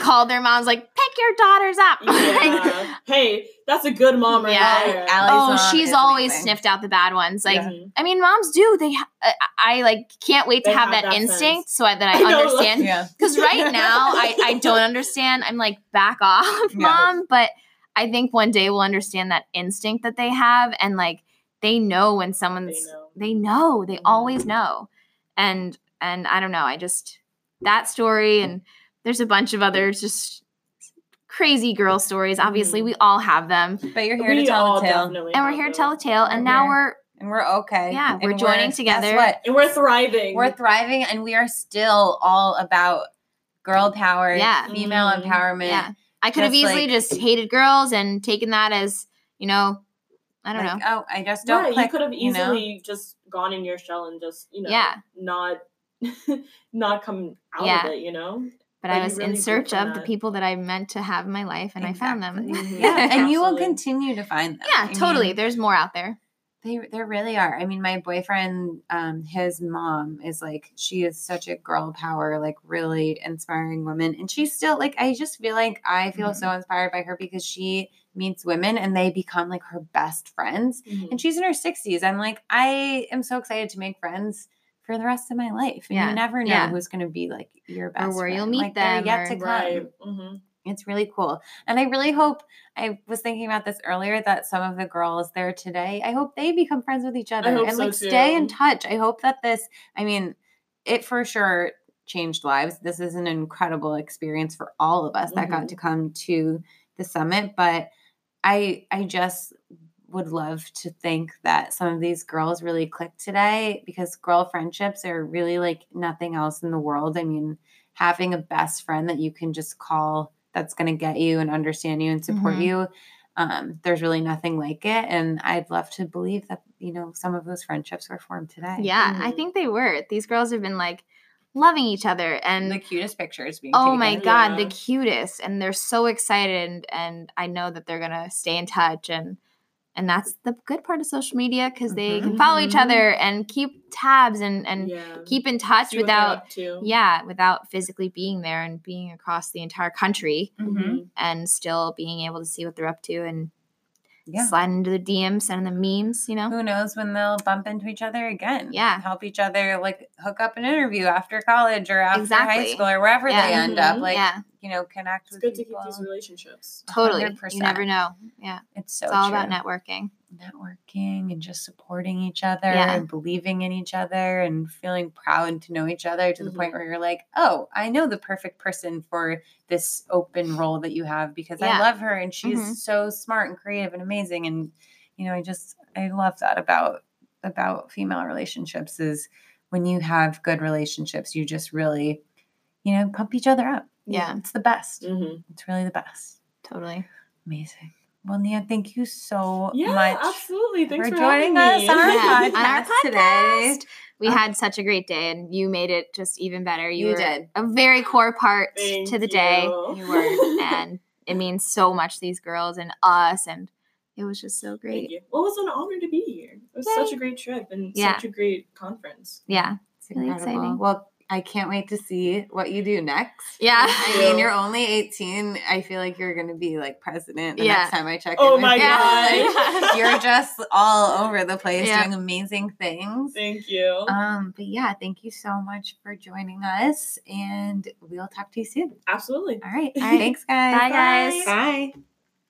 [SPEAKER 1] called their mom's like, pick your daughters up. Like,
[SPEAKER 3] yeah. uh, hey that's a good mom right
[SPEAKER 1] Yeah.
[SPEAKER 3] there
[SPEAKER 2] Allie's
[SPEAKER 1] oh,
[SPEAKER 2] mom
[SPEAKER 1] she's
[SPEAKER 2] is
[SPEAKER 1] always
[SPEAKER 2] amazing.
[SPEAKER 1] sniffed out the bad ones. Like,
[SPEAKER 3] Mhm.
[SPEAKER 1] I mean, moms do. They, ha- I, I like can't wait to
[SPEAKER 3] They
[SPEAKER 1] have,
[SPEAKER 3] have
[SPEAKER 1] that,
[SPEAKER 3] that
[SPEAKER 1] instinct so I, that I,
[SPEAKER 3] I know,
[SPEAKER 1] understand.
[SPEAKER 2] Yeah.
[SPEAKER 1] Because right now, I, I don't understand. I'm like, back off,
[SPEAKER 2] Yeah.
[SPEAKER 1] mom. But I think one day we'll understand that instinct that they have, and like they know when someone's.
[SPEAKER 3] They know.
[SPEAKER 1] They know. They
[SPEAKER 3] Mhm.
[SPEAKER 1] always know. And and I don't know. I just that story, and there's a bunch of others just crazy girl stories. Obviously,
[SPEAKER 3] Mhm.
[SPEAKER 1] we all have them,
[SPEAKER 2] But you're here
[SPEAKER 3] we
[SPEAKER 2] to tell
[SPEAKER 3] all
[SPEAKER 2] the tale.
[SPEAKER 3] definitely
[SPEAKER 1] and we're
[SPEAKER 3] have
[SPEAKER 1] here to
[SPEAKER 3] those.
[SPEAKER 1] tell a tale. And now
[SPEAKER 2] Yeah.
[SPEAKER 1] we're
[SPEAKER 2] And we're okay.
[SPEAKER 1] Yeah,
[SPEAKER 2] And
[SPEAKER 1] we're joining together.
[SPEAKER 2] Guess what?
[SPEAKER 3] and we're thriving
[SPEAKER 2] We're thriving and we are still all about girl power,
[SPEAKER 1] Yeah.
[SPEAKER 2] female
[SPEAKER 3] Mhm.
[SPEAKER 2] empowerment.
[SPEAKER 1] Yeah. I could have
[SPEAKER 2] Just,
[SPEAKER 1] easily
[SPEAKER 2] like-
[SPEAKER 1] just hated girls and taken that as, you know, I don't
[SPEAKER 2] Like,
[SPEAKER 1] know.
[SPEAKER 2] Oh, I just don't
[SPEAKER 3] yeah,
[SPEAKER 2] click.
[SPEAKER 3] you could have
[SPEAKER 2] you know?
[SPEAKER 3] easily just gone in your shell and just you know
[SPEAKER 1] Yeah.
[SPEAKER 3] not not come out
[SPEAKER 1] Yeah.
[SPEAKER 3] of it you know
[SPEAKER 1] But
[SPEAKER 3] But
[SPEAKER 1] I
[SPEAKER 3] you
[SPEAKER 1] was
[SPEAKER 3] really
[SPEAKER 1] in
[SPEAKER 3] grew
[SPEAKER 1] search
[SPEAKER 3] from
[SPEAKER 1] of the
[SPEAKER 3] that.
[SPEAKER 1] people that I meant to have in my life and I found them.
[SPEAKER 2] Exactly.
[SPEAKER 3] Mhm.
[SPEAKER 2] yeah. And you will
[SPEAKER 3] Absolutely.
[SPEAKER 2] continue to find them. I
[SPEAKER 1] Yeah,
[SPEAKER 2] mean,
[SPEAKER 1] totally. There's more out there.
[SPEAKER 2] They there really are. I mean, my boyfriend, um, his mom is like she is such a girl power, like really inspiring woman, and she's still like I just feel like I feel
[SPEAKER 1] Mm-hmm.
[SPEAKER 2] so inspired by her because she meets women and they become like her best friends, and she's in her sixties. I'm like I am so excited to make friends. For the rest of my life, and
[SPEAKER 1] Yeah.
[SPEAKER 2] you never know
[SPEAKER 1] Yeah.
[SPEAKER 2] who's going to be like your best,
[SPEAKER 1] where you'll
[SPEAKER 2] friend.
[SPEAKER 1] meet
[SPEAKER 2] like, they're
[SPEAKER 1] them
[SPEAKER 2] yet
[SPEAKER 1] or-
[SPEAKER 2] to come.
[SPEAKER 3] Right. Mm-hmm.
[SPEAKER 2] It's really cool. And I really hope I was thinking about this earlier that some of the girls there today, I hope they become friends with each other
[SPEAKER 3] hope
[SPEAKER 2] and
[SPEAKER 3] so,
[SPEAKER 2] like stay in
[SPEAKER 3] too.
[SPEAKER 2] touch. I hope that this, I mean, it for sure changed lives. This is an incredible experience for all of us that got
[SPEAKER 3] Mhm.
[SPEAKER 2] to come to the summit, but I I just would love to think that some of these girls really clicked today because girl friendships are really like nothing else in the world. I mean, having a best friend that you can just call that's going to get you and understand you and support
[SPEAKER 1] Mhm.
[SPEAKER 2] you. Um, there's really nothing like it. And I'd love to believe that, you know, some of those friendships were formed today.
[SPEAKER 1] Yeah, I
[SPEAKER 3] Mhm.
[SPEAKER 2] Mm-hmm.
[SPEAKER 1] think they were. These girls have been like loving each other
[SPEAKER 2] And
[SPEAKER 1] and
[SPEAKER 2] the cutest pictures being
[SPEAKER 1] oh my
[SPEAKER 2] taken.
[SPEAKER 1] god, the
[SPEAKER 3] Yeah.
[SPEAKER 1] cutest and they're so excited and, and I know that they're going to stay in touch and and that's the good part of social media cuz they
[SPEAKER 2] Mm-hmm.
[SPEAKER 1] can follow each
[SPEAKER 3] Mhm.
[SPEAKER 1] other and keep tabs and and
[SPEAKER 3] yeah.
[SPEAKER 1] keep in touch
[SPEAKER 3] See what they're
[SPEAKER 1] without
[SPEAKER 3] up to.
[SPEAKER 1] yeah, without physically being there and being across the entire country
[SPEAKER 2] Mhm.
[SPEAKER 3] Mhm.
[SPEAKER 1] and still being able to see what they're up to and
[SPEAKER 2] Yeah.
[SPEAKER 1] slide into the DM, send them memes, you know?
[SPEAKER 2] Who knows when they'll bump into each other again?
[SPEAKER 1] Oh. Yeah.
[SPEAKER 2] Help each other, like hook up an interview after college or after high
[SPEAKER 1] Exactly.
[SPEAKER 2] school or wherever
[SPEAKER 1] Yeah. Mm-hmm.
[SPEAKER 2] they end up.
[SPEAKER 3] Mhm.
[SPEAKER 2] Mm, Like,
[SPEAKER 1] yeah,
[SPEAKER 2] you know, connect
[SPEAKER 3] It's
[SPEAKER 2] with
[SPEAKER 3] good to keep
[SPEAKER 2] people.
[SPEAKER 3] these relationships.
[SPEAKER 1] totally. You
[SPEAKER 2] 100%.
[SPEAKER 1] never know. Yeah.
[SPEAKER 2] It's so
[SPEAKER 1] It's all
[SPEAKER 2] true.
[SPEAKER 1] about networking.
[SPEAKER 2] networking and just supporting each other
[SPEAKER 1] Yeah.
[SPEAKER 2] and believing in each other and feeling proud to know each other to the
[SPEAKER 1] Mm-hmm.
[SPEAKER 2] point where you're like, oh, I know the perfect person for this open role that you have because I
[SPEAKER 1] Yeah.
[SPEAKER 2] love her and she's
[SPEAKER 1] Mhm.
[SPEAKER 2] so smart and creative and amazing. And you know, I just I love that about about female relationships is when you have good relationships, you just really, you know, pump each other up.
[SPEAKER 1] Yeah. Mm.
[SPEAKER 2] It's the best.
[SPEAKER 3] Mhm.
[SPEAKER 2] It's really the best.
[SPEAKER 1] Totally.
[SPEAKER 2] Amazing. Well, Nia, thank you so
[SPEAKER 3] Yeah,
[SPEAKER 2] much
[SPEAKER 3] absolutely. Thanks
[SPEAKER 2] for
[SPEAKER 3] for,
[SPEAKER 2] joining us
[SPEAKER 3] having
[SPEAKER 2] on our,
[SPEAKER 3] me.
[SPEAKER 1] Yeah,
[SPEAKER 2] podcast,
[SPEAKER 1] on our
[SPEAKER 2] today.
[SPEAKER 1] We
[SPEAKER 2] Oh.
[SPEAKER 1] had such a great day and you made it just even better. You,
[SPEAKER 2] You
[SPEAKER 1] were
[SPEAKER 2] did.
[SPEAKER 1] a very core part
[SPEAKER 3] Thank
[SPEAKER 1] to the
[SPEAKER 3] you.
[SPEAKER 1] day.
[SPEAKER 2] You were.
[SPEAKER 1] And it means so much to these girls and us and it was just so
[SPEAKER 3] Thank
[SPEAKER 1] great.
[SPEAKER 3] you. Well, it was an honor to be here. It was
[SPEAKER 1] Yay.
[SPEAKER 3] such a great trip and
[SPEAKER 1] Yeah.
[SPEAKER 3] such a great conference.
[SPEAKER 1] Yeah.
[SPEAKER 2] It's
[SPEAKER 1] Really
[SPEAKER 2] incredible.
[SPEAKER 1] exciting.
[SPEAKER 2] Well, I can't wait to see what you do next.
[SPEAKER 1] Yeah.
[SPEAKER 2] I mean, you're only 18. I feel like you're going to be like president the
[SPEAKER 1] Yeah.
[SPEAKER 2] next time I check
[SPEAKER 3] Oh
[SPEAKER 2] in. with
[SPEAKER 3] my
[SPEAKER 2] you.
[SPEAKER 1] Yeah.
[SPEAKER 2] Like,
[SPEAKER 3] god.
[SPEAKER 2] you're just all over the place
[SPEAKER 1] Yeah.
[SPEAKER 2] doing amazing things.
[SPEAKER 3] Thank you.
[SPEAKER 2] Um, but yeah, thank you so much for joining us, and we'll talk to you soon.
[SPEAKER 3] Absolutely.
[SPEAKER 2] All right.
[SPEAKER 1] All right.
[SPEAKER 2] Thanks, guys.
[SPEAKER 1] Bye, guys.
[SPEAKER 2] Bye.